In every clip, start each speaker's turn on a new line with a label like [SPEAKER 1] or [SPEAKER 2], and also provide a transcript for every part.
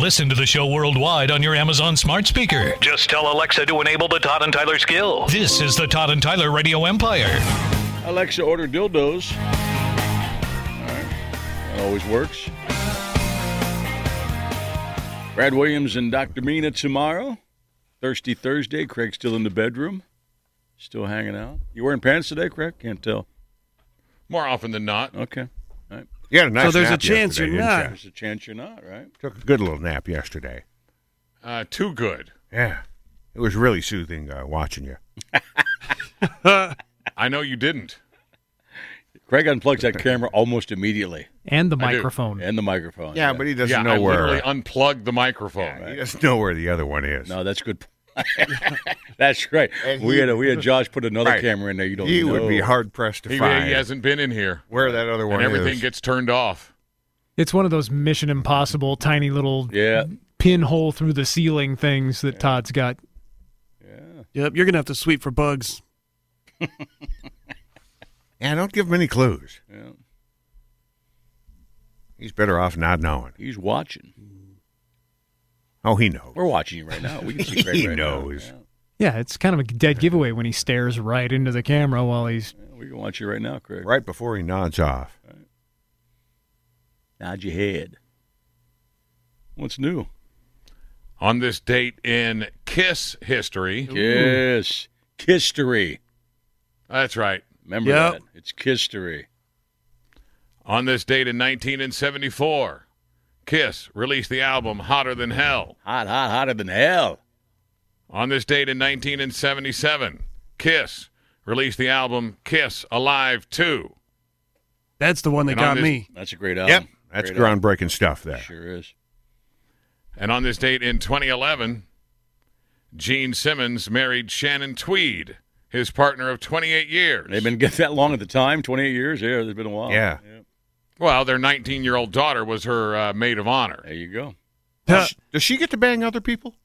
[SPEAKER 1] Listen to the show worldwide on your Amazon smart speaker.
[SPEAKER 2] Just tell Alexa to enable the Todd and Tyler skill.
[SPEAKER 1] This is the Todd and Tyler Radio Empire.
[SPEAKER 3] Alexa, order dildos. All right. That always works. Brad Williams and Dr. Mina tomorrow. Thirsty Thursday. Craig's still in the bedroom. Still hanging out. You wearing pants today, Craig? Can't tell.
[SPEAKER 4] More often than not.
[SPEAKER 3] Okay. All right.
[SPEAKER 5] You had a nice
[SPEAKER 6] So there's a
[SPEAKER 5] nap
[SPEAKER 6] chance
[SPEAKER 5] yesterday,
[SPEAKER 6] you're
[SPEAKER 5] didn't
[SPEAKER 6] not.
[SPEAKER 5] you?
[SPEAKER 3] There's a chance you're not, right?
[SPEAKER 5] Took a good little nap yesterday.
[SPEAKER 4] Uh, too good.
[SPEAKER 5] Yeah. It was really soothing uh, watching you.
[SPEAKER 4] I know you didn't.
[SPEAKER 3] Craig unplugs that camera almost immediately
[SPEAKER 6] And the
[SPEAKER 4] I do.
[SPEAKER 6] microphone.
[SPEAKER 3] and the microphone.
[SPEAKER 5] Yeah, but he doesn't
[SPEAKER 4] yeah,
[SPEAKER 5] know
[SPEAKER 4] I
[SPEAKER 5] where. uh,
[SPEAKER 4] literally unplugged the microphone.
[SPEAKER 5] He doesn't know where the other one is.
[SPEAKER 3] No, that's good. that's right.
[SPEAKER 5] And
[SPEAKER 3] we
[SPEAKER 5] he-
[SPEAKER 3] had a, we had Josh put another
[SPEAKER 5] Right.
[SPEAKER 3] camera in there. You don't.
[SPEAKER 5] he
[SPEAKER 3] know.
[SPEAKER 5] would be hard pressed to
[SPEAKER 4] He, he
[SPEAKER 5] find
[SPEAKER 4] hasn't been in here,
[SPEAKER 5] where that other one
[SPEAKER 4] and everything
[SPEAKER 5] is.
[SPEAKER 4] gets turned off.
[SPEAKER 6] It's one of those Mission Impossible tiny little
[SPEAKER 3] Yeah.
[SPEAKER 6] pinhole through the ceiling things that Todd's got.
[SPEAKER 7] Yep, you're gonna have to sweep for bugs.
[SPEAKER 5] yeah, don't give him any clues.
[SPEAKER 3] yeah.
[SPEAKER 5] He's better off not knowing.
[SPEAKER 3] He's watching.
[SPEAKER 5] Oh, he knows.
[SPEAKER 3] We're watching you right now. We can see Craig
[SPEAKER 5] He
[SPEAKER 3] right
[SPEAKER 5] knows.
[SPEAKER 3] Now.
[SPEAKER 6] Yeah, it's kind of a dead giveaway when he stares right into the camera while he's.
[SPEAKER 3] Yeah, yeah, we can watch you right now, Craig.
[SPEAKER 5] Right before he nods off.
[SPEAKER 3] Nod your head. What's new?
[SPEAKER 4] On this date in Kiss history,
[SPEAKER 3] Kiss. Kistery.
[SPEAKER 4] that's right.
[SPEAKER 3] Remember
[SPEAKER 7] Yep.
[SPEAKER 3] that. It's Kistery.
[SPEAKER 4] On this date in 1974, Kiss released the album Hotter Than Hell.
[SPEAKER 3] Hot, hot, hotter than hell.
[SPEAKER 4] On this date in 1977, Kiss released the album Kiss Alive 2.
[SPEAKER 7] That's the one that
[SPEAKER 4] And on
[SPEAKER 7] got
[SPEAKER 4] this-
[SPEAKER 7] me.
[SPEAKER 3] That's a great album.
[SPEAKER 5] Yep. That's
[SPEAKER 3] Great album.
[SPEAKER 5] groundbreaking stuff there.
[SPEAKER 3] Sure is.
[SPEAKER 4] And on this date in 2011, Gene Simmons married Shannon Tweed, his partner of 28 years.
[SPEAKER 3] They've been that long at the time. Twenty-eight years. Yeah, there's been a while.
[SPEAKER 5] Yeah.
[SPEAKER 4] well, their 19 year old daughter was her uh, maid of honor.
[SPEAKER 3] There you go.
[SPEAKER 7] Huh.
[SPEAKER 5] Does she get to bang other people?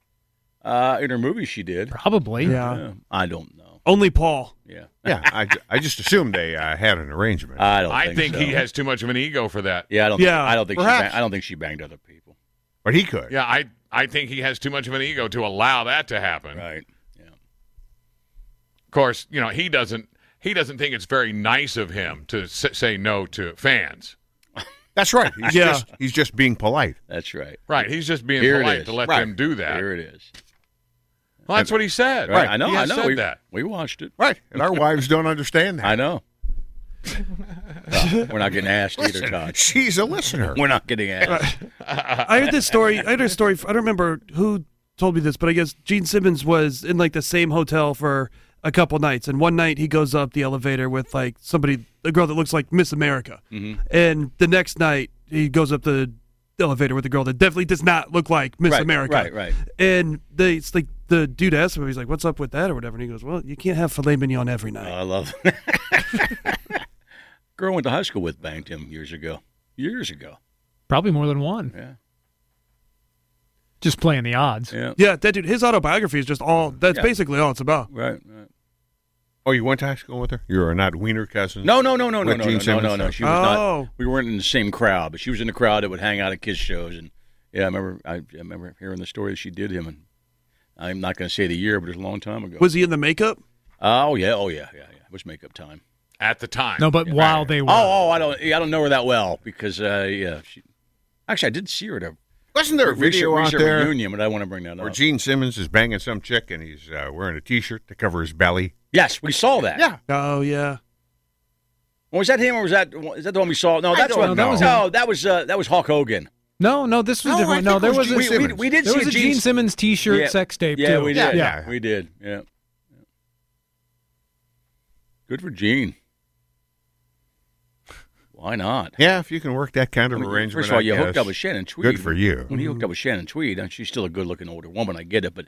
[SPEAKER 3] Uh, in her movie, she did.
[SPEAKER 6] Probably.
[SPEAKER 7] yeah.
[SPEAKER 3] Yeah. I don't know.
[SPEAKER 7] Only Paul.
[SPEAKER 3] Yeah.
[SPEAKER 5] Yeah, I, ju- I just assumed they uh, had an arrangement.
[SPEAKER 3] I don't.
[SPEAKER 4] I
[SPEAKER 3] think,
[SPEAKER 4] think,
[SPEAKER 3] so.
[SPEAKER 4] he has too much of an ego for that.
[SPEAKER 3] Yeah, I don't.
[SPEAKER 7] Yeah,
[SPEAKER 3] think, I don't think. She
[SPEAKER 5] perhaps.
[SPEAKER 3] banged, I don't think she banged other people.
[SPEAKER 5] but he could.
[SPEAKER 4] Yeah, I, I think he has too much of an ego to allow that to happen.
[SPEAKER 3] Right. Yeah.
[SPEAKER 4] Of course, you know, he doesn't. He doesn't think it's very nice of him to s- say no to fans.
[SPEAKER 5] That's right. He's,
[SPEAKER 7] Yeah.
[SPEAKER 5] just, he's just being polite.
[SPEAKER 3] That's right.
[SPEAKER 4] Right. He's just being
[SPEAKER 3] Here it
[SPEAKER 4] polite
[SPEAKER 3] is.
[SPEAKER 4] to let
[SPEAKER 5] Right.
[SPEAKER 4] them do that.
[SPEAKER 3] Here it is.
[SPEAKER 4] Well, that's what he said.
[SPEAKER 3] Right. I know.
[SPEAKER 4] He
[SPEAKER 3] I
[SPEAKER 4] has
[SPEAKER 3] know.
[SPEAKER 4] said
[SPEAKER 3] we,
[SPEAKER 4] that.
[SPEAKER 3] we watched it.
[SPEAKER 5] Right. And our wives don't understand that.
[SPEAKER 3] I know. Uh, we're not getting asked either, Todd.
[SPEAKER 5] She's a listener.
[SPEAKER 3] We're not getting asked.
[SPEAKER 7] I heard this story. I heard a story. I don't remember who told me this, but I guess Gene Simmons was in like the same hotel for a couple nights, and one night he goes up the elevator with like somebody, a girl that looks like Miss America,
[SPEAKER 3] Mm-hmm.
[SPEAKER 7] and the next night he goes up the elevator with a girl that definitely does not look like Miss
[SPEAKER 3] Right,
[SPEAKER 7] America.
[SPEAKER 3] right, right.
[SPEAKER 7] And they, it's like the dude asked him, he's like, "What's up with that?" or whatever, and he goes, "Well, you can't have filet mignon every night."
[SPEAKER 3] Oh, I love. Girl I went to high school with banged him years ago. Years ago.
[SPEAKER 6] Probably more than one.
[SPEAKER 3] Yeah.
[SPEAKER 6] Just playing the odds.
[SPEAKER 3] Yeah.
[SPEAKER 7] yeah, that dude. His autobiography is just all. That's
[SPEAKER 3] Yeah.
[SPEAKER 7] basically all it's about.
[SPEAKER 3] Right. right.
[SPEAKER 5] Oh, you went to high school with her? You are not Wiener cousins?
[SPEAKER 3] No, no, no, no, no,
[SPEAKER 5] With
[SPEAKER 3] no,
[SPEAKER 5] Gene
[SPEAKER 3] no, no,
[SPEAKER 5] Simmons
[SPEAKER 3] no, no.
[SPEAKER 5] stuff.
[SPEAKER 3] She was
[SPEAKER 7] Oh.
[SPEAKER 3] not. We weren't in the same crowd, but she was in the crowd that would hang out at kids shows. And yeah, I remember. I, I remember hearing the story that she did him. And I'm not going to say the year, but it was a long time ago.
[SPEAKER 7] Was he in the makeup?
[SPEAKER 3] oh yeah, oh yeah, yeah, yeah. It was makeup time.
[SPEAKER 4] At the time.
[SPEAKER 6] No, but while they were.
[SPEAKER 3] Oh, oh, I don't, yeah, I don't know her that well because uh, yeah, she. Actually, I did see her at a
[SPEAKER 5] Wasn't there a video out
[SPEAKER 3] recent
[SPEAKER 5] there
[SPEAKER 3] reunion, but I want to bring that
[SPEAKER 5] where
[SPEAKER 3] up.
[SPEAKER 5] Gene Simmons is banging some chick and he's uh, wearing a T-shirt to cover his belly?
[SPEAKER 3] yes, we saw that.
[SPEAKER 5] Yeah.
[SPEAKER 7] Oh yeah.
[SPEAKER 3] Well, was that him or was that is that the one we saw? No,
[SPEAKER 5] I
[SPEAKER 3] that's
[SPEAKER 5] don't
[SPEAKER 3] what.
[SPEAKER 6] know.
[SPEAKER 3] No, that was uh, that was Hulk Hogan.
[SPEAKER 6] No, no, this was
[SPEAKER 5] No, I
[SPEAKER 6] different. No,
[SPEAKER 5] think it
[SPEAKER 6] there
[SPEAKER 5] was
[SPEAKER 6] was,
[SPEAKER 5] Gene
[SPEAKER 6] a,
[SPEAKER 5] Simmons.
[SPEAKER 3] We, we did
[SPEAKER 6] there
[SPEAKER 3] see
[SPEAKER 6] was a
[SPEAKER 3] Gene
[SPEAKER 6] Gene Simmons T-shirt
[SPEAKER 3] Yeah.
[SPEAKER 6] sex tape
[SPEAKER 3] Yeah,
[SPEAKER 6] too.
[SPEAKER 3] we did.
[SPEAKER 5] Yeah.
[SPEAKER 3] we did. Yeah. Good for Gene. Why not?
[SPEAKER 5] Yeah, if you can work that kind
[SPEAKER 3] I
[SPEAKER 5] of
[SPEAKER 3] mean,
[SPEAKER 5] arrangement.
[SPEAKER 3] first of all,
[SPEAKER 5] I
[SPEAKER 3] you hooked
[SPEAKER 5] guess.
[SPEAKER 3] up with Shannon Tweed.
[SPEAKER 5] Good for you.
[SPEAKER 3] When you hooked up with Shannon Tweed, and she's still a good-looking older woman. I get it, but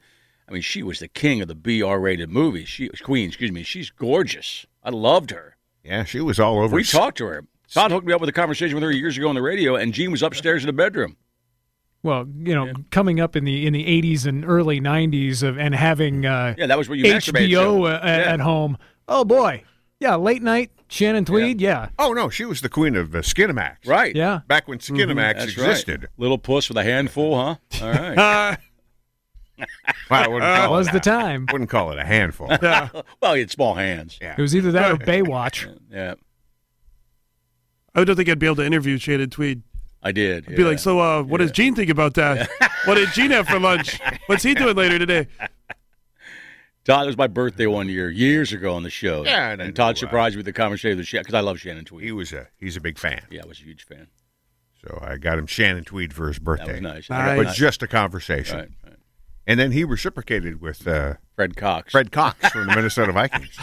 [SPEAKER 3] I mean, she was the king of the BR-rated movies. She Queen, excuse me. She's gorgeous. I loved her.
[SPEAKER 5] Yeah, she was all over.
[SPEAKER 3] We
[SPEAKER 5] s-
[SPEAKER 3] talked to her. Todd hooked me up with a conversation with her years ago on the radio, and Gene was upstairs in the bedroom.
[SPEAKER 6] Well, you know, coming up in the in the 80s and early 90s of and having uh,
[SPEAKER 3] Yeah, that was what you masturbated to.
[SPEAKER 6] HBO uh, at,
[SPEAKER 3] Yeah.
[SPEAKER 6] at home. Oh boy, yeah, late night Shannon Tweed, yeah.
[SPEAKER 5] Oh no, she was the queen of uh, Skinamax.
[SPEAKER 3] Right.
[SPEAKER 6] Yeah.
[SPEAKER 5] Back when Skinamax
[SPEAKER 3] That's right.
[SPEAKER 5] existed.
[SPEAKER 3] Little puss with a handful, huh? All right.
[SPEAKER 7] Uh,
[SPEAKER 5] Well, I wouldn't
[SPEAKER 3] Oh,
[SPEAKER 6] That
[SPEAKER 5] call
[SPEAKER 6] was
[SPEAKER 5] it
[SPEAKER 6] the
[SPEAKER 5] that.
[SPEAKER 6] time.
[SPEAKER 5] Wouldn't call it a handful.
[SPEAKER 7] yeah.
[SPEAKER 3] Well, he had small hands.
[SPEAKER 5] Yeah.
[SPEAKER 6] It was either that or Baywatch.
[SPEAKER 3] Yeah,
[SPEAKER 7] I don't think I'd be able to interview Shannon Tweed.
[SPEAKER 3] I did.
[SPEAKER 7] Be
[SPEAKER 3] yeah.
[SPEAKER 7] like, so uh, what does Gene think about that? what did Gene have for lunch? What's he doing later today?
[SPEAKER 3] Todd, it was my birthday one year, years ago on the show.
[SPEAKER 5] Yeah, and I
[SPEAKER 3] and Todd
[SPEAKER 5] knew, uh,
[SPEAKER 3] surprised me with the conversation with Shannon because I love Shannon
[SPEAKER 5] He
[SPEAKER 3] Tweed.
[SPEAKER 5] was a he's a big fan.
[SPEAKER 3] Yeah, I was a huge fan.
[SPEAKER 5] So I got him Shannon Tweed for his
[SPEAKER 3] That
[SPEAKER 5] birthday.
[SPEAKER 3] was nice.
[SPEAKER 7] Nice.
[SPEAKER 5] But just a conversation.
[SPEAKER 3] Right, right.
[SPEAKER 5] And then he reciprocated with uh,
[SPEAKER 3] Fred Cox.
[SPEAKER 5] Fred Cox from the Minnesota Vikings.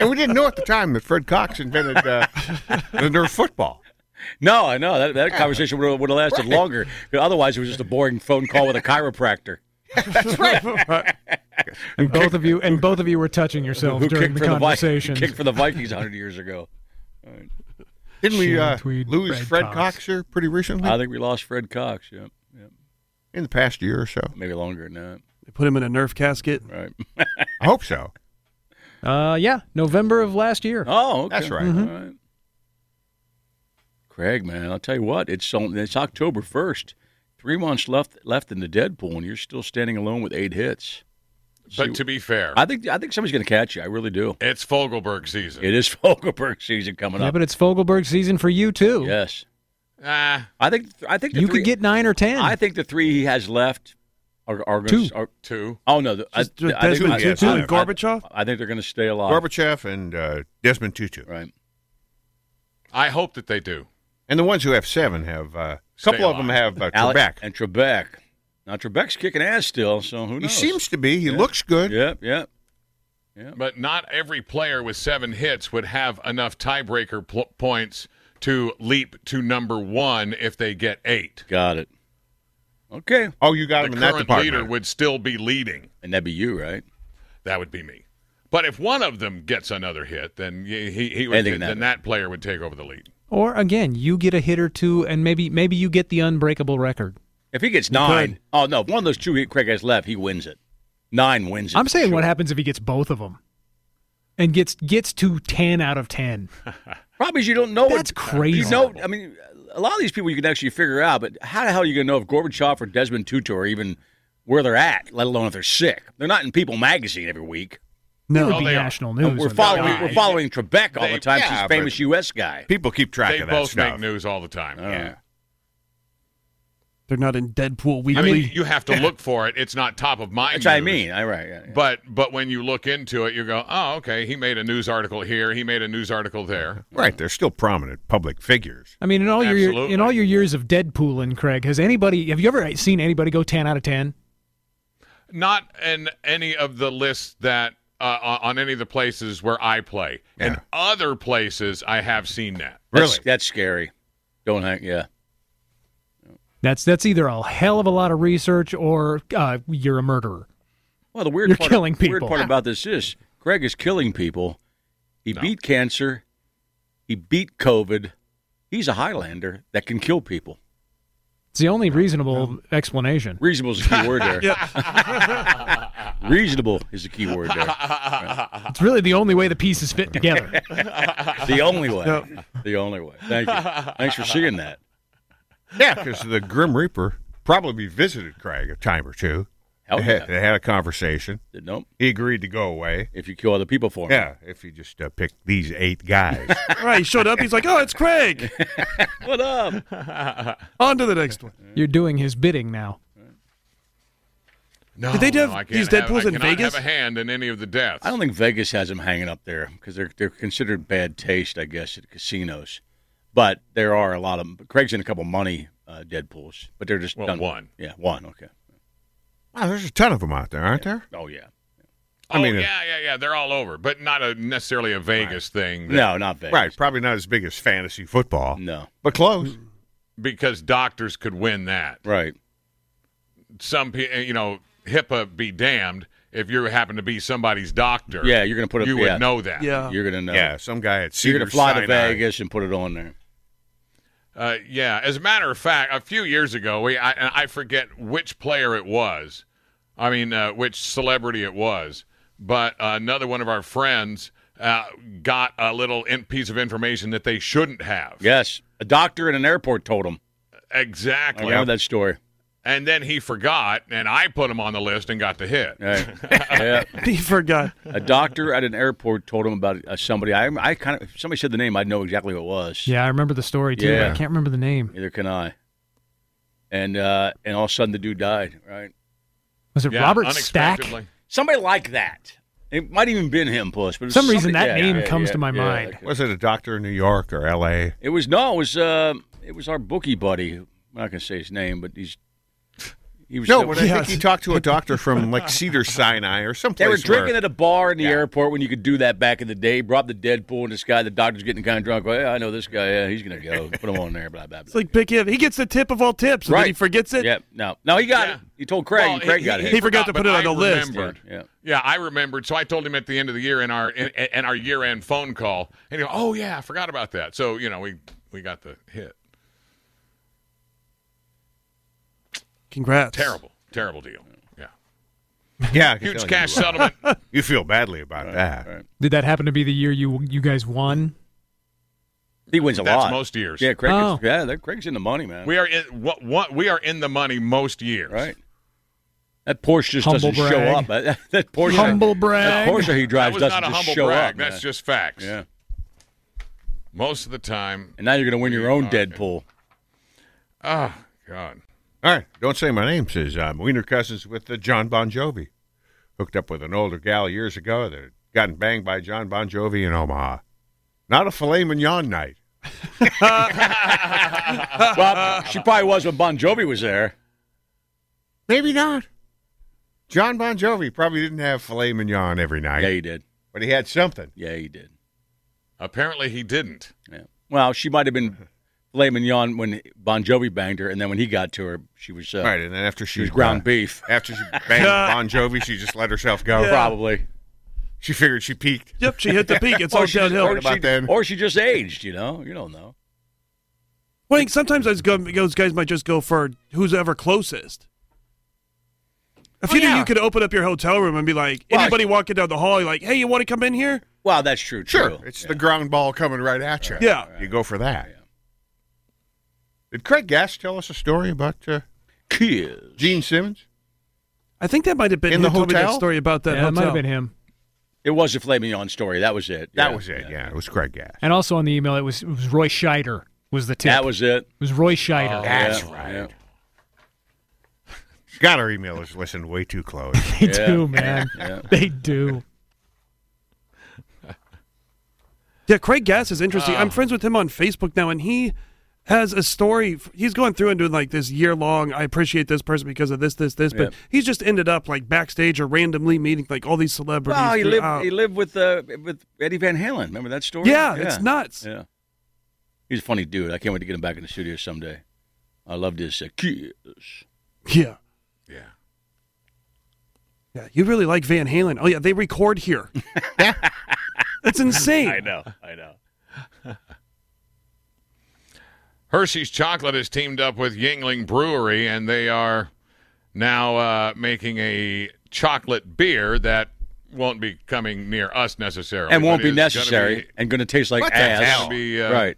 [SPEAKER 5] and we didn't know at the time that Fred Cox invented uh, the nerf football.
[SPEAKER 3] No, I know that that conversation would have lasted longer. Otherwise, it was just a boring phone call with a chiropractor
[SPEAKER 6] And both of you and both of you were touching yourselves
[SPEAKER 3] who
[SPEAKER 6] during
[SPEAKER 3] kicked
[SPEAKER 6] the
[SPEAKER 3] for the Vikings.
[SPEAKER 6] conversation.
[SPEAKER 3] Kicked for the Vikings hundred years ago.
[SPEAKER 5] Didn't we
[SPEAKER 6] Shannon
[SPEAKER 5] uh,
[SPEAKER 6] Tweed,
[SPEAKER 5] lose
[SPEAKER 6] Fred
[SPEAKER 5] Fred,
[SPEAKER 6] Cox.
[SPEAKER 5] Cox. here pretty recently?
[SPEAKER 3] I think we lost Fred Cox. Yeah, yeah.
[SPEAKER 5] in the past year or so.
[SPEAKER 3] maybe longer than that.
[SPEAKER 7] They put him in a Nerf casket.
[SPEAKER 3] Right.
[SPEAKER 5] I hope so.
[SPEAKER 6] Uh, yeah, November of last year.
[SPEAKER 3] Oh, okay.
[SPEAKER 5] That's right.
[SPEAKER 3] All right. Craig, man, I'll tell you what. It's on, it's October first. Three months left left in the Deadpool, and you're still standing alone with eight hits.
[SPEAKER 4] But to be fair,
[SPEAKER 3] I think I think somebody's going to catch you. I really do.
[SPEAKER 4] it's Fogelberg season.
[SPEAKER 3] It is Fogelberg season coming
[SPEAKER 6] Yeah,
[SPEAKER 3] up.
[SPEAKER 6] but it's Fogelberg season for you too.
[SPEAKER 3] yes,
[SPEAKER 4] Ah,
[SPEAKER 3] I think I think the
[SPEAKER 6] You
[SPEAKER 3] three,
[SPEAKER 6] could get nine or ten.
[SPEAKER 3] I think the three he has left are, are going
[SPEAKER 6] Two.
[SPEAKER 3] to. Are,
[SPEAKER 4] two.
[SPEAKER 3] oh no, the,
[SPEAKER 7] Just
[SPEAKER 3] I, I think,
[SPEAKER 7] Desmond
[SPEAKER 3] I-
[SPEAKER 7] Tutu
[SPEAKER 3] I- I-
[SPEAKER 7] and Gorbachev.
[SPEAKER 3] I, think they're going to stay alive.
[SPEAKER 5] Gorbachev and uh, Desmond Tutu.
[SPEAKER 3] Right.
[SPEAKER 4] I hope that they do.
[SPEAKER 5] And the ones who have seven have, a uh,
[SPEAKER 4] Stay
[SPEAKER 5] couple of them have uh,
[SPEAKER 3] Alec-
[SPEAKER 5] Trebek.
[SPEAKER 3] and Trebek. Now Trebek's kicking ass still, so who
[SPEAKER 5] He
[SPEAKER 3] knows?
[SPEAKER 5] seems to be. He
[SPEAKER 3] Yeah.
[SPEAKER 5] looks good.
[SPEAKER 3] Yep, yep.
[SPEAKER 4] But not every player with seven hits would have enough tiebreaker pl- points to leap to number one if they get eight.
[SPEAKER 3] Got it. Okay.
[SPEAKER 5] Oh, you got
[SPEAKER 4] The
[SPEAKER 5] him in that
[SPEAKER 4] current
[SPEAKER 5] department.
[SPEAKER 4] leader would still be leading.
[SPEAKER 3] And that'd be you, right?
[SPEAKER 4] That would be me. But if one of them gets another hit, then he, he, he would,
[SPEAKER 3] Anything
[SPEAKER 4] then
[SPEAKER 3] that-
[SPEAKER 4] that player would take over the lead.
[SPEAKER 6] or again, you get a hit or two, and maybe maybe you get the unbreakable record.
[SPEAKER 3] If he gets nine, oh no, if one of those two he- Craig has left, he wins it. Nine wins it.
[SPEAKER 6] I'm saying
[SPEAKER 3] sure.
[SPEAKER 6] what happens if he gets both of them, and gets gets to ten out of ten.
[SPEAKER 3] Problem is, you don't know.
[SPEAKER 6] That's
[SPEAKER 3] it.
[SPEAKER 6] crazy.
[SPEAKER 3] You know, I mean, a lot of these people you can actually figure out, but how the hell are you going to know if Gorbachev or Desmond Tutu are even where they're at, let alone if they're sick? They're not in People magazine every week.
[SPEAKER 6] That would
[SPEAKER 4] Oh,
[SPEAKER 6] be
[SPEAKER 4] they are.
[SPEAKER 6] national news.
[SPEAKER 3] we're
[SPEAKER 6] on
[SPEAKER 3] following
[SPEAKER 6] that.
[SPEAKER 3] we're following Trebek all
[SPEAKER 4] They-
[SPEAKER 3] the time.
[SPEAKER 5] yeah,
[SPEAKER 3] She's a
[SPEAKER 5] but-
[SPEAKER 3] famous U.S. guy.
[SPEAKER 5] People keep track
[SPEAKER 4] They
[SPEAKER 5] of that
[SPEAKER 4] both
[SPEAKER 5] stuff.
[SPEAKER 4] make news all the time.
[SPEAKER 5] Yeah.
[SPEAKER 7] They're not in Deadpool Weekly.
[SPEAKER 4] I mean, you have to look for it. It's not top of mind.
[SPEAKER 3] That's what I
[SPEAKER 4] news.
[SPEAKER 3] mean. I right. yeah, yeah.
[SPEAKER 4] But but when you look into it, you go, oh, okay. He made a news article here. He made a news article there.
[SPEAKER 5] Right. They're still prominent public figures.
[SPEAKER 6] I mean, in all your
[SPEAKER 4] Absolutely.
[SPEAKER 6] in all your years of Deadpooling, Craig, has anybody have you ever seen anybody go ten out of ten?
[SPEAKER 4] Not in any of the lists that uh, on- on any of the places where I play. In
[SPEAKER 5] Yeah.
[SPEAKER 4] other places, I have seen that.
[SPEAKER 3] That's-
[SPEAKER 5] Really?
[SPEAKER 3] that's scary. Don't hang. Yeah.
[SPEAKER 6] That's that's either a hell of a lot of research or uh, you're a murderer.
[SPEAKER 3] Well, the weird
[SPEAKER 6] You're
[SPEAKER 3] part
[SPEAKER 6] killing
[SPEAKER 3] weird
[SPEAKER 6] people.
[SPEAKER 3] part about this is Greg is killing people. He beat cancer. He beat COVID. He's a Highlander that can kill people.
[SPEAKER 6] It's the only reasonable explanation.
[SPEAKER 3] Reasonable is the key word there. Reasonable is the key word there.
[SPEAKER 6] It's really the only way the pieces fit together.
[SPEAKER 3] The only way. The only way. Thank you. Thanks for seeing that.
[SPEAKER 5] Yeah, because the Grim Reaper probably visited Craig a time or two.
[SPEAKER 3] Hell
[SPEAKER 5] they, had,
[SPEAKER 3] yeah.
[SPEAKER 5] they had a conversation.
[SPEAKER 3] Nope.
[SPEAKER 5] He agreed to go away.
[SPEAKER 3] If you kill other people for me.
[SPEAKER 5] Yeah, if you just uh, pick these eight guys.
[SPEAKER 7] right? He showed up. He's like, "Oh, it's Craig."
[SPEAKER 3] What up?
[SPEAKER 7] On to the next one.
[SPEAKER 6] you're doing his bidding now.
[SPEAKER 4] No,
[SPEAKER 7] Did they have
[SPEAKER 4] no, I can't
[SPEAKER 7] these
[SPEAKER 4] have-
[SPEAKER 7] Deadpools
[SPEAKER 4] I
[SPEAKER 7] in
[SPEAKER 4] cannot
[SPEAKER 7] Vegas?
[SPEAKER 4] Have a hand in any of the deaths.
[SPEAKER 3] I don't think Vegas has them hanging up there because they're they're considered bad taste, I guess, at casinos. But there are a lot of 'em. Craig's in a couple money uh, Deadpools, but they're just
[SPEAKER 4] Well,
[SPEAKER 3] done.
[SPEAKER 4] one.
[SPEAKER 3] Yeah, one. Okay.
[SPEAKER 5] wow, there's a ton of them out there, aren't there?
[SPEAKER 3] Oh yeah.
[SPEAKER 4] Oh
[SPEAKER 5] I mean, uh,
[SPEAKER 4] yeah, yeah, yeah. They're all over, but not a necessarily a Vegas thing. that-
[SPEAKER 3] No, not Vegas.
[SPEAKER 5] Right. Probably not as big as fantasy football,
[SPEAKER 3] No. Mm-hmm.
[SPEAKER 5] but close.
[SPEAKER 4] because doctors could win that.
[SPEAKER 3] Right.
[SPEAKER 4] Some people, you know, HIPAA be damned. If you happen to be somebody's doctor,
[SPEAKER 3] Yeah, you're gonna put it.
[SPEAKER 4] you
[SPEAKER 3] yeah,
[SPEAKER 4] would know that.
[SPEAKER 7] Yeah.
[SPEAKER 3] You're gonna know.
[SPEAKER 5] Yeah, some guy at
[SPEAKER 3] You're
[SPEAKER 5] Cedar
[SPEAKER 3] gonna fly to
[SPEAKER 5] Sinai.
[SPEAKER 3] Vegas and put it on there.
[SPEAKER 4] Uh, yeah. As a matter of fact, a few years ago, we I, and I forget which player it was. I mean, uh, which celebrity it was, but uh, another one of our friends uh, got a little in- piece of information that they shouldn't have.
[SPEAKER 3] Yes, a doctor in an airport told him. I
[SPEAKER 4] Exactly.
[SPEAKER 3] remember that story.
[SPEAKER 4] And then he forgot, and I put him on the list and got the hit.
[SPEAKER 3] Yeah. Yeah.
[SPEAKER 7] He forgot.
[SPEAKER 3] A doctor at an airport told him about uh, somebody. I, I kind of if somebody said the name, I'd know exactly who it was.
[SPEAKER 6] Yeah, I remember the story too.
[SPEAKER 3] Yeah.
[SPEAKER 6] I can't remember the name.
[SPEAKER 3] Neither can I. And uh, and all of a sudden, the dude died. Right.
[SPEAKER 6] Was it
[SPEAKER 4] Yeah,
[SPEAKER 6] Robert Stack?
[SPEAKER 4] unexpectedly.
[SPEAKER 3] Somebody like that. It might even been him, Puss. But it was
[SPEAKER 6] For some reason,
[SPEAKER 3] somebody-
[SPEAKER 6] that
[SPEAKER 3] yeah,
[SPEAKER 6] name
[SPEAKER 3] yeah,
[SPEAKER 6] comes
[SPEAKER 3] yeah,
[SPEAKER 6] to my
[SPEAKER 3] yeah,
[SPEAKER 6] mind.
[SPEAKER 3] like- uh,
[SPEAKER 5] Was it a doctor in New York or L.A.?
[SPEAKER 3] It was no, it was uh, it was our bookie buddy. I'm not gonna say his name, but he's he was.
[SPEAKER 5] No, but I
[SPEAKER 7] Yes.
[SPEAKER 5] think he talked to a doctor from like Cedar Sinai or someplace.
[SPEAKER 3] they were drinking
[SPEAKER 5] where-
[SPEAKER 3] at a bar in the airport when you could do that back in the day. Brought the Deadpool and this guy. The doctor's getting kind of drunk. Well, yeah, I know this guy. Yeah, he's gonna go. Put him on there. Blah blah blah.
[SPEAKER 7] It's like pick him. He gets the tip of all tips, and
[SPEAKER 3] Right.
[SPEAKER 7] then he forgets it.
[SPEAKER 3] yeah, no, no, he got
[SPEAKER 4] Yeah.
[SPEAKER 3] it. He told Craig.
[SPEAKER 4] Well,
[SPEAKER 3] and Craig got it.
[SPEAKER 7] He forgot to put
[SPEAKER 4] but
[SPEAKER 7] it on
[SPEAKER 4] I
[SPEAKER 7] the list.
[SPEAKER 4] remembered.
[SPEAKER 3] Yeah, yeah.
[SPEAKER 4] Yeah, I remembered. So I told him at the end of the year in our in, in our year end phone call, and he go, "Oh yeah, I forgot about that." So you know, we we got the hit.
[SPEAKER 7] Congrats.
[SPEAKER 4] Terrible, terrible deal. Yeah,
[SPEAKER 5] Yeah, I can
[SPEAKER 4] huge
[SPEAKER 5] tell
[SPEAKER 4] cash
[SPEAKER 5] You, uh,
[SPEAKER 4] settlement.
[SPEAKER 5] you feel badly about that.
[SPEAKER 3] right.
[SPEAKER 6] Did that happen to be the year you you guys won?
[SPEAKER 3] He wins a
[SPEAKER 4] That's
[SPEAKER 3] lot.
[SPEAKER 4] most years.
[SPEAKER 3] Yeah, Craig. is-
[SPEAKER 6] Oh.
[SPEAKER 3] Yeah, that- Craig's in the money, man.
[SPEAKER 4] We are in what, what we are in the money most years.
[SPEAKER 3] right. That Porsche just
[SPEAKER 6] Humble
[SPEAKER 3] doesn't show
[SPEAKER 6] brag.
[SPEAKER 3] up. That, that Porsche.
[SPEAKER 6] Humble brag.
[SPEAKER 3] That Porsche he
[SPEAKER 4] That
[SPEAKER 3] drives
[SPEAKER 4] was
[SPEAKER 3] doesn't
[SPEAKER 4] not a
[SPEAKER 3] just
[SPEAKER 4] humble
[SPEAKER 3] show
[SPEAKER 4] brag.
[SPEAKER 3] up.
[SPEAKER 4] That's
[SPEAKER 3] man.
[SPEAKER 4] just facts.
[SPEAKER 3] yeah.
[SPEAKER 4] Most of the time.
[SPEAKER 3] And now you're gonna win your own
[SPEAKER 4] Okay.
[SPEAKER 3] Deadpool.
[SPEAKER 4] Oh God.
[SPEAKER 5] All right, don't say my name. Says um, Wiener Cousins with the John Bon Jovi, hooked up with an older gal years ago that had gotten banged by John Bon Jovi in Omaha. Not a filet mignon night.
[SPEAKER 3] well, she probably was when Bon Jovi was there.
[SPEAKER 5] Maybe not. John Bon Jovi probably didn't have filet mignon every night,
[SPEAKER 3] Yeah, he did.
[SPEAKER 5] but he had something.
[SPEAKER 3] Yeah, he did.
[SPEAKER 4] Apparently he didn't.
[SPEAKER 3] Yeah. Well, she might have been filet mignon when Bon Jovi banged her, and then when he got to her, she was uh,
[SPEAKER 5] All right, and then after she
[SPEAKER 3] she was ground
[SPEAKER 5] uh,
[SPEAKER 3] beef,
[SPEAKER 5] after she banged Bon Jovi, she just let herself go.
[SPEAKER 3] probably.
[SPEAKER 5] She figured she peaked.
[SPEAKER 7] Yep, she hit the peak. It's all
[SPEAKER 3] Oh, she just-
[SPEAKER 7] downhill.
[SPEAKER 5] Heard about
[SPEAKER 3] she,
[SPEAKER 5] then.
[SPEAKER 3] or she just aged. You know, you don't know.
[SPEAKER 7] Well, I think sometimes those, go, those guys might just go for who's ever closest. If
[SPEAKER 3] Oh,
[SPEAKER 7] you knew you could open up your hotel room and be like,
[SPEAKER 3] Well,
[SPEAKER 7] anybody walking down the hall, you're like, hey, you want to come in here?
[SPEAKER 3] Well, that's true.
[SPEAKER 5] Sure,
[SPEAKER 3] too.
[SPEAKER 5] it's the ground ball coming right at you.
[SPEAKER 7] Yeah.
[SPEAKER 5] you go for that. Did Craig Gass tell us a story about uh,
[SPEAKER 3] Kiss.
[SPEAKER 5] Gene Simmons?
[SPEAKER 7] I think that might have been
[SPEAKER 5] In
[SPEAKER 7] who
[SPEAKER 5] the
[SPEAKER 7] told me that
[SPEAKER 5] hotel?
[SPEAKER 7] story about that
[SPEAKER 6] yeah, it might
[SPEAKER 7] hotel.
[SPEAKER 6] have been him.
[SPEAKER 3] It was a filet mignon story. That was it.
[SPEAKER 5] That
[SPEAKER 3] Yeah,
[SPEAKER 5] was it. Yeah. it was Craig Gass.
[SPEAKER 6] And also on the email, it was it was Roy Scheider was the tip.
[SPEAKER 3] That was it.
[SPEAKER 6] it was Roy Scheider.
[SPEAKER 5] That's
[SPEAKER 3] Yeah,
[SPEAKER 5] right.
[SPEAKER 3] yeah.
[SPEAKER 5] God, our emailers listen way too close.
[SPEAKER 6] They
[SPEAKER 3] Yeah.
[SPEAKER 6] do, man.
[SPEAKER 3] Yeah.
[SPEAKER 6] They do.
[SPEAKER 7] Yeah, Craig Gass is interesting. I'm friends with him on Facebook now, and he has a story. He's going through and doing like this year long. I appreciate this person because of this, this, this. But he's just ended up like backstage or randomly meeting like all these celebrities.
[SPEAKER 3] Well, he lived.
[SPEAKER 7] throughout.
[SPEAKER 3] He lived with uh, with Eddie Van Halen. Remember that story?
[SPEAKER 7] yeah, it's nuts.
[SPEAKER 3] Yeah. He's a funny dude. I can't wait to get him back in the studio someday. I loved his uh, kiss.
[SPEAKER 5] Oh,
[SPEAKER 7] Yeah.
[SPEAKER 4] Yeah.
[SPEAKER 7] Yeah, you really like Van Halen. Oh yeah, they record here. That's insane.
[SPEAKER 3] know. I know.
[SPEAKER 4] Hershey's Chocolate has teamed up with Yingling Brewery, and they are now uh, making a chocolate beer that won't be coming near us necessarily.
[SPEAKER 3] And won't
[SPEAKER 4] but
[SPEAKER 3] be
[SPEAKER 4] is gonna
[SPEAKER 3] necessary and going to taste like
[SPEAKER 5] What the
[SPEAKER 3] ass.
[SPEAKER 5] hell?
[SPEAKER 4] Be, uh,
[SPEAKER 3] right.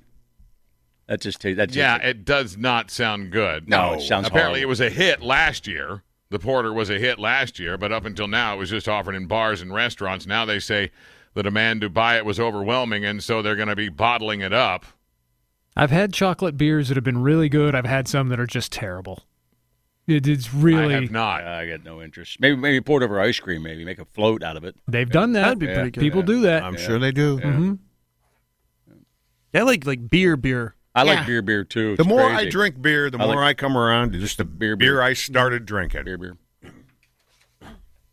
[SPEAKER 3] That just tastes. That
[SPEAKER 4] be-
[SPEAKER 3] just,
[SPEAKER 4] yeah, it does not sound good.
[SPEAKER 3] No, it sounds
[SPEAKER 4] Apparently,
[SPEAKER 3] horrible.
[SPEAKER 4] it was a hit last year. The porter was a hit last year, but up until now, it was just offered in bars and restaurants. Now they say the demand to buy it was overwhelming, and so they're going to be bottling it up.
[SPEAKER 6] I've had chocolate beers that have been really good. I've had some that are just terrible. It, it's really
[SPEAKER 4] I have not.
[SPEAKER 3] I got no interest. Maybe maybe pour it over ice cream. Maybe make a float out of it.
[SPEAKER 6] they've done that.
[SPEAKER 7] That'd be pretty good.
[SPEAKER 6] People do that. Mm-hmm.
[SPEAKER 5] I'm sure they do.
[SPEAKER 7] Yeah, I like like beer, beer.
[SPEAKER 3] I
[SPEAKER 5] Yeah.
[SPEAKER 3] like beer beer too.
[SPEAKER 5] The
[SPEAKER 3] It's
[SPEAKER 5] more I
[SPEAKER 3] crazy.
[SPEAKER 5] drink beer, the
[SPEAKER 3] I
[SPEAKER 5] more
[SPEAKER 3] like-
[SPEAKER 5] I come around to just the
[SPEAKER 3] Beer,
[SPEAKER 5] beer,
[SPEAKER 3] beer.
[SPEAKER 5] I started drinking.
[SPEAKER 3] beer beer.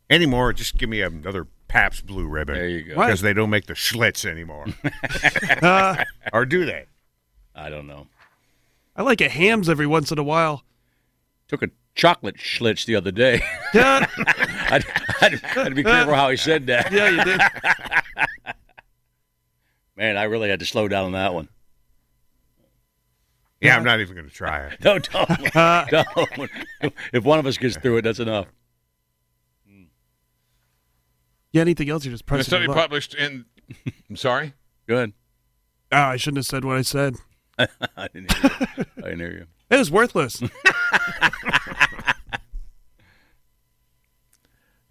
[SPEAKER 5] Anymore, just give me another Pabst Blue Ribbon.
[SPEAKER 3] There you go.
[SPEAKER 5] Because they don't make the Schlitz anymore.
[SPEAKER 7] Uh,
[SPEAKER 5] or do they?
[SPEAKER 3] I don't know.
[SPEAKER 7] I like a hams every once in a while.
[SPEAKER 3] Took a chocolate schlitz the other day.
[SPEAKER 7] Yeah,
[SPEAKER 3] I'd, I'd, I'd be careful how he said that.
[SPEAKER 7] yeah, you did.
[SPEAKER 3] Man, I really had to slow down on that one.
[SPEAKER 5] Yeah, I'm not even going to try it.
[SPEAKER 3] No, don't. don't. If one of us gets through it, that's enough.
[SPEAKER 7] Yeah, anything else? You're just
[SPEAKER 4] In a
[SPEAKER 7] pressing.
[SPEAKER 4] study
[SPEAKER 7] your luck.
[SPEAKER 4] published in I'm sorry.
[SPEAKER 3] Good.
[SPEAKER 7] Ah, I shouldn't have said what I said.
[SPEAKER 3] I didn't hear you. I didn't hear you.
[SPEAKER 7] It was worthless.
[SPEAKER 4] In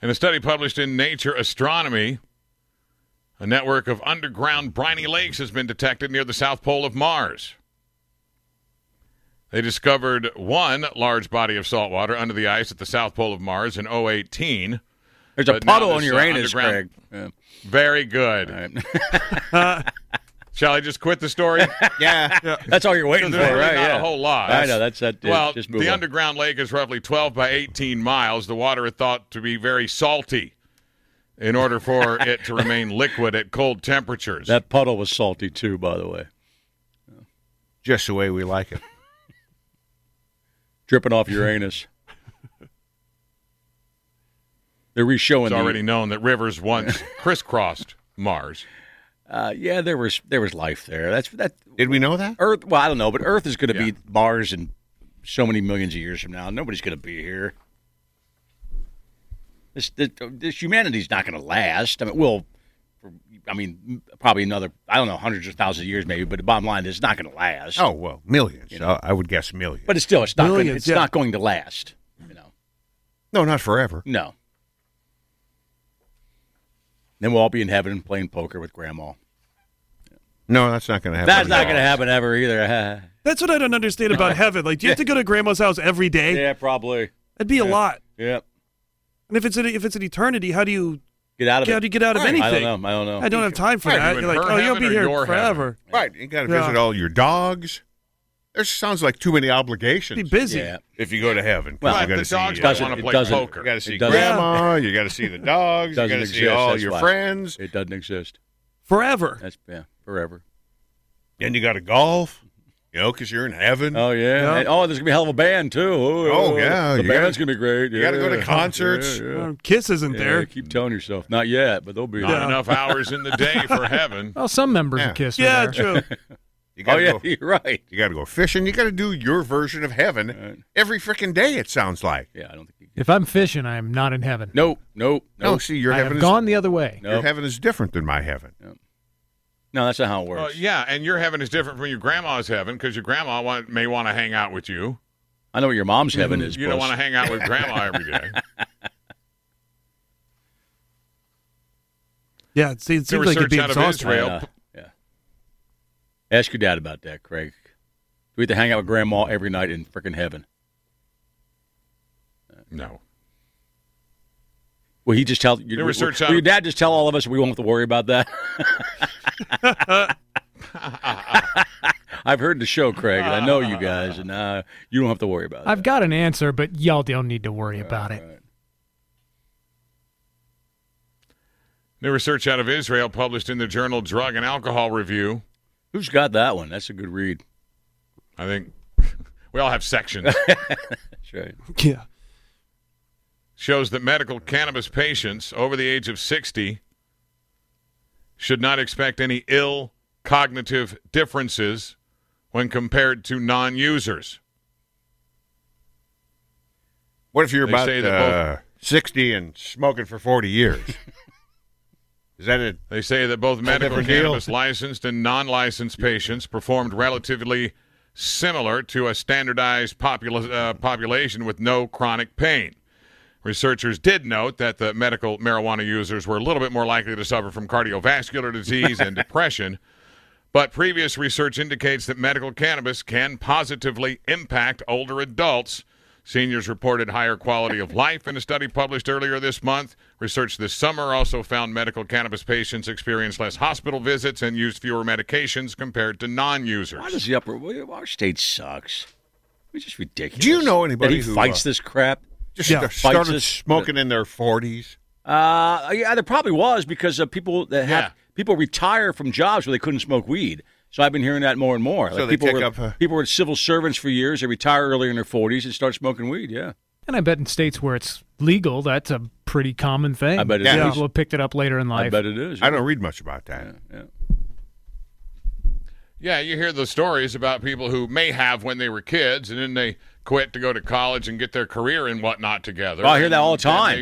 [SPEAKER 4] a study published in Nature Astronomy, a network of underground briny lakes has been detected near the south pole of Mars. They discovered one large body of salt water under the ice at the south pole of Mars in 018.
[SPEAKER 3] There's a
[SPEAKER 4] But now
[SPEAKER 3] puddle on
[SPEAKER 4] this, uh,
[SPEAKER 3] Uranus, Craig.
[SPEAKER 4] underground-
[SPEAKER 3] Yeah.
[SPEAKER 4] Very good.
[SPEAKER 3] All right.
[SPEAKER 4] Shall I just quit the story?
[SPEAKER 5] Yeah.
[SPEAKER 3] That's all you're waiting for,
[SPEAKER 4] There's really
[SPEAKER 3] right?
[SPEAKER 4] not
[SPEAKER 3] yeah.
[SPEAKER 4] a whole lot.
[SPEAKER 3] I know that's that.
[SPEAKER 4] well,
[SPEAKER 3] just move
[SPEAKER 4] the
[SPEAKER 3] on.
[SPEAKER 4] underground lake is roughly 12 by 18 miles. The water is thought to be very salty in order for it to remain liquid at cold temperatures.
[SPEAKER 3] That puddle was salty too, by the way,
[SPEAKER 5] Just the way we like it.
[SPEAKER 3] dripping off Uranus. They're reshowing.
[SPEAKER 4] it's
[SPEAKER 3] the-
[SPEAKER 4] already known that rivers once crisscrossed Mars.
[SPEAKER 3] Uh, yeah, there was there was life there. That's that
[SPEAKER 5] Did we know that?
[SPEAKER 3] Earth. Well, I don't know, but Earth is going to
[SPEAKER 4] Yeah.
[SPEAKER 3] be Mars in so many millions of years from now. Nobody's going to be here. This this, this humanity's not going to last. I mean, we'll. I mean, probably another. I don't know, hundreds of thousands of years, maybe. But the bottom line is, it's not going to last.
[SPEAKER 5] Oh well, millions. I I would guess millions.
[SPEAKER 3] But it's still, it's not. Going,
[SPEAKER 7] Millions,
[SPEAKER 3] it's
[SPEAKER 7] yeah.
[SPEAKER 3] not going to last. You know.
[SPEAKER 5] no, not forever.
[SPEAKER 3] No. Then we'll all be in heaven playing poker with grandma.
[SPEAKER 5] No, that's not going to happen.
[SPEAKER 3] That's not
[SPEAKER 5] at
[SPEAKER 3] going to happen ever either.
[SPEAKER 7] That's what I don't understand about heaven. Like, do you have to go to grandma's house every day?
[SPEAKER 3] yeah, probably.
[SPEAKER 7] That'd be a lot.
[SPEAKER 3] Yep.
[SPEAKER 7] And if it's an, if it's an eternity, how do you
[SPEAKER 3] Get out of
[SPEAKER 7] how
[SPEAKER 3] it.
[SPEAKER 7] do you get out of anything?
[SPEAKER 3] I don't know. I don't know.
[SPEAKER 7] I don't have time for
[SPEAKER 4] Are you
[SPEAKER 7] that.
[SPEAKER 4] in
[SPEAKER 7] You're like,
[SPEAKER 4] her
[SPEAKER 7] oh, you'll
[SPEAKER 4] heaven
[SPEAKER 7] be
[SPEAKER 4] or
[SPEAKER 7] here
[SPEAKER 4] your heaven?
[SPEAKER 7] forever.
[SPEAKER 5] all. Right, you got to
[SPEAKER 7] Yeah.
[SPEAKER 5] visit all your dogs. There sounds like too many
[SPEAKER 7] Be
[SPEAKER 5] obligations.
[SPEAKER 7] busy.
[SPEAKER 3] Yeah.
[SPEAKER 5] if you go to heaven, 'cause
[SPEAKER 3] Well,
[SPEAKER 5] you
[SPEAKER 4] But
[SPEAKER 5] got
[SPEAKER 4] the
[SPEAKER 5] to see,
[SPEAKER 4] dogs
[SPEAKER 5] uh,
[SPEAKER 4] don't
[SPEAKER 3] doesn't-
[SPEAKER 4] want
[SPEAKER 3] it
[SPEAKER 4] to play
[SPEAKER 3] doesn't-
[SPEAKER 4] poker.
[SPEAKER 5] you got to see
[SPEAKER 3] It doesn't-
[SPEAKER 5] grandma, you got to see the dogs, you got
[SPEAKER 3] Doesn't
[SPEAKER 5] to see
[SPEAKER 3] exist,
[SPEAKER 5] all
[SPEAKER 3] that's
[SPEAKER 5] your
[SPEAKER 3] why.
[SPEAKER 5] friends,
[SPEAKER 3] It doesn't exist.
[SPEAKER 7] Forever.
[SPEAKER 3] That's yeah, forever.
[SPEAKER 5] then you got to golf, you know, because you're in heaven.
[SPEAKER 3] Oh yeah.
[SPEAKER 7] Yeah.
[SPEAKER 3] And, oh, there's gonna be a hell of a band too. Oh,
[SPEAKER 5] Mm-hmm. Oh, yeah,
[SPEAKER 3] The
[SPEAKER 5] you
[SPEAKER 3] band's
[SPEAKER 5] gotta-
[SPEAKER 3] gonna be great.
[SPEAKER 5] you gotta go to
[SPEAKER 3] Yeah.
[SPEAKER 5] concerts.
[SPEAKER 3] Yeah, yeah.
[SPEAKER 7] Uh, Kiss isn't
[SPEAKER 3] Yeah,
[SPEAKER 7] there.
[SPEAKER 3] keep telling yourself not yet, but they'll be.
[SPEAKER 4] Not
[SPEAKER 3] there.
[SPEAKER 4] enough hours in the day for heaven.
[SPEAKER 6] Well, some members
[SPEAKER 5] Yeah.
[SPEAKER 6] of Kiss. are
[SPEAKER 7] Yeah,
[SPEAKER 6] there.
[SPEAKER 7] true.
[SPEAKER 3] Oh
[SPEAKER 5] You got to
[SPEAKER 3] yeah,
[SPEAKER 5] go,
[SPEAKER 3] you're right.
[SPEAKER 5] you got to go fishing. You got to do your version of heaven
[SPEAKER 3] Right.
[SPEAKER 5] every freaking day. It sounds like.
[SPEAKER 3] Yeah, I don't think. You
[SPEAKER 6] If I'm fishing, I am not in heaven.
[SPEAKER 3] Nope, nope,
[SPEAKER 5] No,
[SPEAKER 3] nope.
[SPEAKER 5] see, your
[SPEAKER 6] I
[SPEAKER 5] heaven
[SPEAKER 6] have
[SPEAKER 5] is
[SPEAKER 6] gone the other way.
[SPEAKER 3] No.
[SPEAKER 5] your heaven is different than my heaven.
[SPEAKER 3] No, that's not how it
[SPEAKER 4] Well,
[SPEAKER 3] works.
[SPEAKER 4] yeah, and your heaven is different from your grandma's heaven because your grandma want, may want to hang out with you.
[SPEAKER 3] I know what your mom's heaven is.
[SPEAKER 4] Mm-hmm. You don't
[SPEAKER 3] Puss.
[SPEAKER 4] want to hang out with grandma every day.
[SPEAKER 7] Yeah, it seems,
[SPEAKER 4] The
[SPEAKER 7] seems like
[SPEAKER 4] research
[SPEAKER 7] it'd be
[SPEAKER 4] out of
[SPEAKER 7] exhausting.
[SPEAKER 4] Israel.
[SPEAKER 3] Uh, yeah. Ask your dad about that, Craig. We have to hang out with grandma every night in frickin' heaven.
[SPEAKER 4] No.
[SPEAKER 3] Will he just tell your,
[SPEAKER 4] There was
[SPEAKER 3] will,
[SPEAKER 4] certain
[SPEAKER 3] will
[SPEAKER 4] time-
[SPEAKER 3] your dad just tell all of us we won't have to worry about that? I've heard the show, Craig, and I know you guys, and uh, you don't have to worry about it.
[SPEAKER 6] I've got an answer, but y'all don't need to worry about it.
[SPEAKER 4] New research out of Israel published in the journal Drug and Alcohol Review.
[SPEAKER 3] Who's got that one? That's a good read.
[SPEAKER 4] I think we all have sections.
[SPEAKER 3] That's right.
[SPEAKER 7] Yeah.
[SPEAKER 4] Shows that medical cannabis patients over the age of 60 should not expect any ill cognitive differences when compared to non users.
[SPEAKER 5] What if you're
[SPEAKER 4] They
[SPEAKER 5] about
[SPEAKER 4] say that
[SPEAKER 5] uh, sixty and smoking for forty years? is that it?
[SPEAKER 4] They say that both medical
[SPEAKER 5] different deal.
[SPEAKER 4] cannabis licensed and non licensed patients performed relatively similar to a standardized popula- uh, population with no chronic pain. Researchers did note that the medical marijuana users were a little bit more likely to suffer from cardiovascular disease and depression, but previous research indicates that medical cannabis can positively impact older adults. Seniors reported higher quality of life in a study published earlier this month. Research this summer also found medical cannabis patients experienced less hospital visits and used fewer medications compared to non
[SPEAKER 3] Why
[SPEAKER 4] users.
[SPEAKER 3] does the upper well, our state sucks? It's just ridiculous.
[SPEAKER 5] Do you know anybody
[SPEAKER 3] that he
[SPEAKER 5] who,
[SPEAKER 3] fights
[SPEAKER 5] uh,
[SPEAKER 3] this crap?
[SPEAKER 5] Just
[SPEAKER 7] Yeah,
[SPEAKER 5] st-
[SPEAKER 3] fights
[SPEAKER 5] started
[SPEAKER 3] this-
[SPEAKER 5] smoking in their forties.
[SPEAKER 3] Uh, yeah, there probably was because uh, people that have
[SPEAKER 4] Yeah.
[SPEAKER 3] people retire from jobs where they couldn't smoke weed. So I've been hearing that more and more.
[SPEAKER 5] So
[SPEAKER 3] Like,
[SPEAKER 5] they
[SPEAKER 3] people
[SPEAKER 5] take
[SPEAKER 3] were
[SPEAKER 5] up, uh,
[SPEAKER 3] people were civil servants for years. They retire early in their forties and start smoking weed. Yeah,
[SPEAKER 6] And I bet in states where it's legal, that's a pretty common thing.
[SPEAKER 3] I bet it
[SPEAKER 6] People
[SPEAKER 3] is.
[SPEAKER 6] have picked it up later in
[SPEAKER 3] I
[SPEAKER 6] life.
[SPEAKER 3] bet it is.
[SPEAKER 5] I don't read much about that.
[SPEAKER 3] Yeah.
[SPEAKER 4] Yeah, you hear the stories about people who may have when they were kids, and then they quit to go to college and get their career and whatnot together.
[SPEAKER 3] Oh, I hear that all the
[SPEAKER 4] And
[SPEAKER 3] time.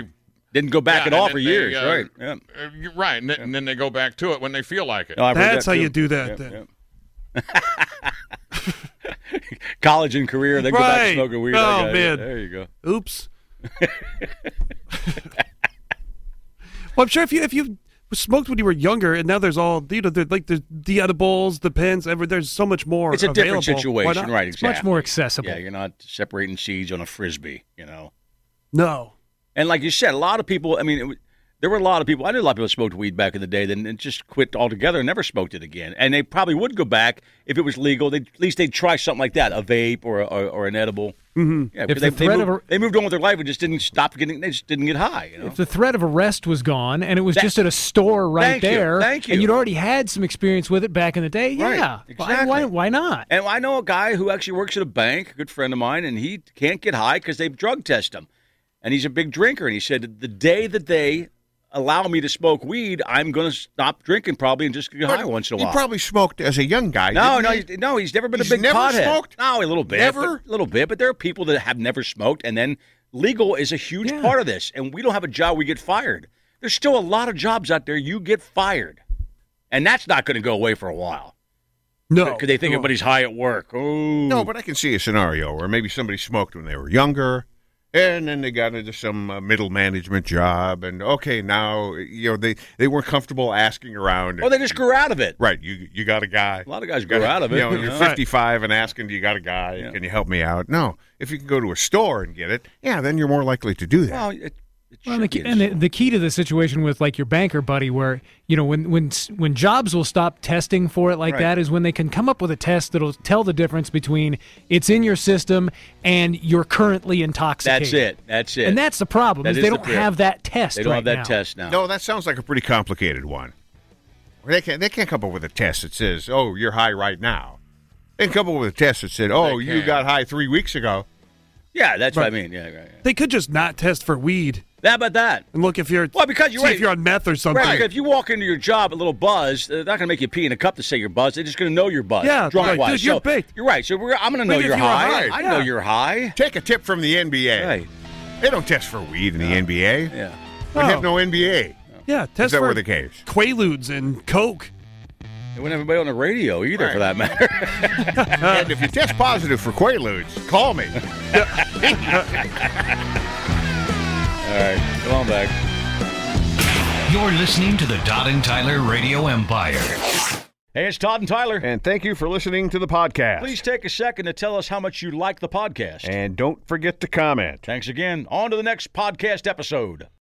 [SPEAKER 4] they
[SPEAKER 3] Didn't go back
[SPEAKER 4] Yeah,
[SPEAKER 3] at
[SPEAKER 4] and
[SPEAKER 3] all
[SPEAKER 4] then
[SPEAKER 3] for
[SPEAKER 4] they,
[SPEAKER 3] years,
[SPEAKER 4] uh,
[SPEAKER 3] right? Yeah.
[SPEAKER 4] Uh, you're right, and, th- and then they go back to it when they feel like it.
[SPEAKER 3] No, I've heard
[SPEAKER 7] That's how
[SPEAKER 3] too.
[SPEAKER 7] you do that,
[SPEAKER 3] Yep,
[SPEAKER 7] then.
[SPEAKER 3] yep. College and career, then go back to
[SPEAKER 7] Right.
[SPEAKER 3] smoking weed.
[SPEAKER 7] Oh,
[SPEAKER 3] I got it.
[SPEAKER 7] man.
[SPEAKER 3] there you go.
[SPEAKER 7] Oops. well, I'm sure if you if you smoked when you were younger, and now there's all you know, there- like the the edibles, the pens, every, there's so much more.
[SPEAKER 3] It's a different
[SPEAKER 7] available. Why
[SPEAKER 3] situation,
[SPEAKER 7] not?
[SPEAKER 3] right?
[SPEAKER 6] It's
[SPEAKER 3] Exactly.
[SPEAKER 6] much more accessible.
[SPEAKER 3] Yeah, you're not separating seeds on a frisbee, you know.
[SPEAKER 7] No,
[SPEAKER 3] And like you said, a lot of people. I mean, it, wa- there were a lot of people. I knew a lot of people smoked weed back in the day, then it just quit altogether and never smoked it again. And they probably would go back if it was legal. They at least they'd try something like that, a vape or or, or an edible. Mm-hmm. Yeah,
[SPEAKER 6] If
[SPEAKER 3] because they,
[SPEAKER 6] the
[SPEAKER 3] they,
[SPEAKER 6] threat
[SPEAKER 3] moved,
[SPEAKER 6] of a-
[SPEAKER 3] they moved on with their life and just didn't stop getting. They just didn't get high. You know?
[SPEAKER 6] If the threat of arrest was gone and it was
[SPEAKER 3] That-
[SPEAKER 6] just at a store right
[SPEAKER 3] Thank you,
[SPEAKER 6] there,
[SPEAKER 3] thank you.
[SPEAKER 6] and you'd already had some experience with it back in the day,
[SPEAKER 3] Right,
[SPEAKER 6] yeah. Why- Why,
[SPEAKER 3] exactly.
[SPEAKER 6] why not?
[SPEAKER 3] And I know a guy who actually works at a bank, a good friend of mine, and he can't get high because they drug test him. And he's a big drinker. And he said, the day that they allow me to smoke weed, I'm going to stop drinking probably and just get high once in a
[SPEAKER 5] You
[SPEAKER 3] while.
[SPEAKER 5] probably smoked as a young guy.
[SPEAKER 3] no,
[SPEAKER 5] didn't
[SPEAKER 3] no,
[SPEAKER 5] you?
[SPEAKER 3] he's, no, he's never been
[SPEAKER 5] He's
[SPEAKER 3] a big
[SPEAKER 5] never
[SPEAKER 3] pothead.
[SPEAKER 5] smoked?
[SPEAKER 3] No, a little bit.
[SPEAKER 5] Never?
[SPEAKER 3] but- A little bit. But there are people that have never smoked. And then legal is a huge
[SPEAKER 6] Yeah.
[SPEAKER 3] part of this. And we don't have a job, we get fired. There's still a lot of jobs out there you get fired. And that's not going to go away for a while.
[SPEAKER 7] no.
[SPEAKER 3] Because they think everybody's high at work. Oh.
[SPEAKER 5] No, but I can see a scenario where maybe somebody smoked when they were younger, and then they got into some uh, middle management job, and okay, now you know they they weren't comfortable asking around.
[SPEAKER 3] Or they just grew out of it.
[SPEAKER 5] right. You you got a guy.
[SPEAKER 3] A lot of guys
[SPEAKER 5] You
[SPEAKER 3] grew out
[SPEAKER 5] got-
[SPEAKER 3] of it.
[SPEAKER 5] You know,
[SPEAKER 3] you
[SPEAKER 5] you're
[SPEAKER 3] know?
[SPEAKER 5] 55 and asking, "Do you got a guy? Can you help me out?" No, if you can go to a store and get it, yeah, then you're more likely to do that.
[SPEAKER 3] Well, it, it
[SPEAKER 6] Well,
[SPEAKER 3] should
[SPEAKER 6] the
[SPEAKER 3] be
[SPEAKER 6] key, and the, the key to the situation with like your banker buddy, where you know when when s- when jobs will stop testing for it like
[SPEAKER 3] Right.
[SPEAKER 6] that, is when they can come up with a test that'll tell the difference between it's in your system and you're currently intoxicated.
[SPEAKER 3] that's it. That's it.
[SPEAKER 6] And that's the problem
[SPEAKER 3] That
[SPEAKER 6] is
[SPEAKER 3] is
[SPEAKER 6] they
[SPEAKER 3] the
[SPEAKER 6] don't
[SPEAKER 3] fear.
[SPEAKER 6] have that test.
[SPEAKER 3] they don't
[SPEAKER 6] right
[SPEAKER 3] have that
[SPEAKER 6] now.
[SPEAKER 3] test now.
[SPEAKER 5] No, that sounds like a pretty complicated one. They can't, they can't come up with a test that says, oh, you're high right now. They can come up with a test that said, oh,
[SPEAKER 4] They
[SPEAKER 5] you
[SPEAKER 4] can.
[SPEAKER 5] got high three weeks ago.
[SPEAKER 3] Yeah, that's what I mean. Yeah, right. Yeah.
[SPEAKER 7] They could just not test for weed
[SPEAKER 3] That about that.
[SPEAKER 7] and look if you're
[SPEAKER 3] Well, because you're
[SPEAKER 7] see
[SPEAKER 3] right.
[SPEAKER 7] if you're on meth or something.
[SPEAKER 3] Right, because if you walk into your job a little buzzed, they're not going to make you pee in a cup to say you're buzzed. They're just going to know you're buzzed.
[SPEAKER 7] Yeah,
[SPEAKER 3] drunk
[SPEAKER 7] right.
[SPEAKER 3] wise.
[SPEAKER 7] Dude, you're
[SPEAKER 3] So,
[SPEAKER 7] baked.
[SPEAKER 3] You're right. So we're, I'm going to know
[SPEAKER 7] Maybe if
[SPEAKER 3] you're
[SPEAKER 7] you were
[SPEAKER 3] high.
[SPEAKER 7] high,
[SPEAKER 3] I know
[SPEAKER 7] yeah.
[SPEAKER 3] you're high.
[SPEAKER 5] Take a tip from the NBA.
[SPEAKER 3] Right.
[SPEAKER 5] They don't test for weed in the NBA.
[SPEAKER 3] Yeah.
[SPEAKER 5] They
[SPEAKER 7] Oh.
[SPEAKER 5] have no NBA.
[SPEAKER 7] yeah,
[SPEAKER 5] If
[SPEAKER 7] test
[SPEAKER 5] that
[SPEAKER 7] for
[SPEAKER 5] were the case.
[SPEAKER 7] Quaaludes and coke.
[SPEAKER 3] It wouldn't have anybody on the radio either, for that matter.
[SPEAKER 5] and if you test positive for Quaaludes, call me.
[SPEAKER 3] All right. Come on back.
[SPEAKER 1] You're listening to the Todd and Tyler Radio Empire.
[SPEAKER 3] Hey, it's Todd and Tyler.
[SPEAKER 5] and thank you for listening to the podcast.
[SPEAKER 3] Please take a second to tell us how much you like the podcast.
[SPEAKER 5] And don't forget to comment.
[SPEAKER 3] Thanks again. On to the next podcast episode.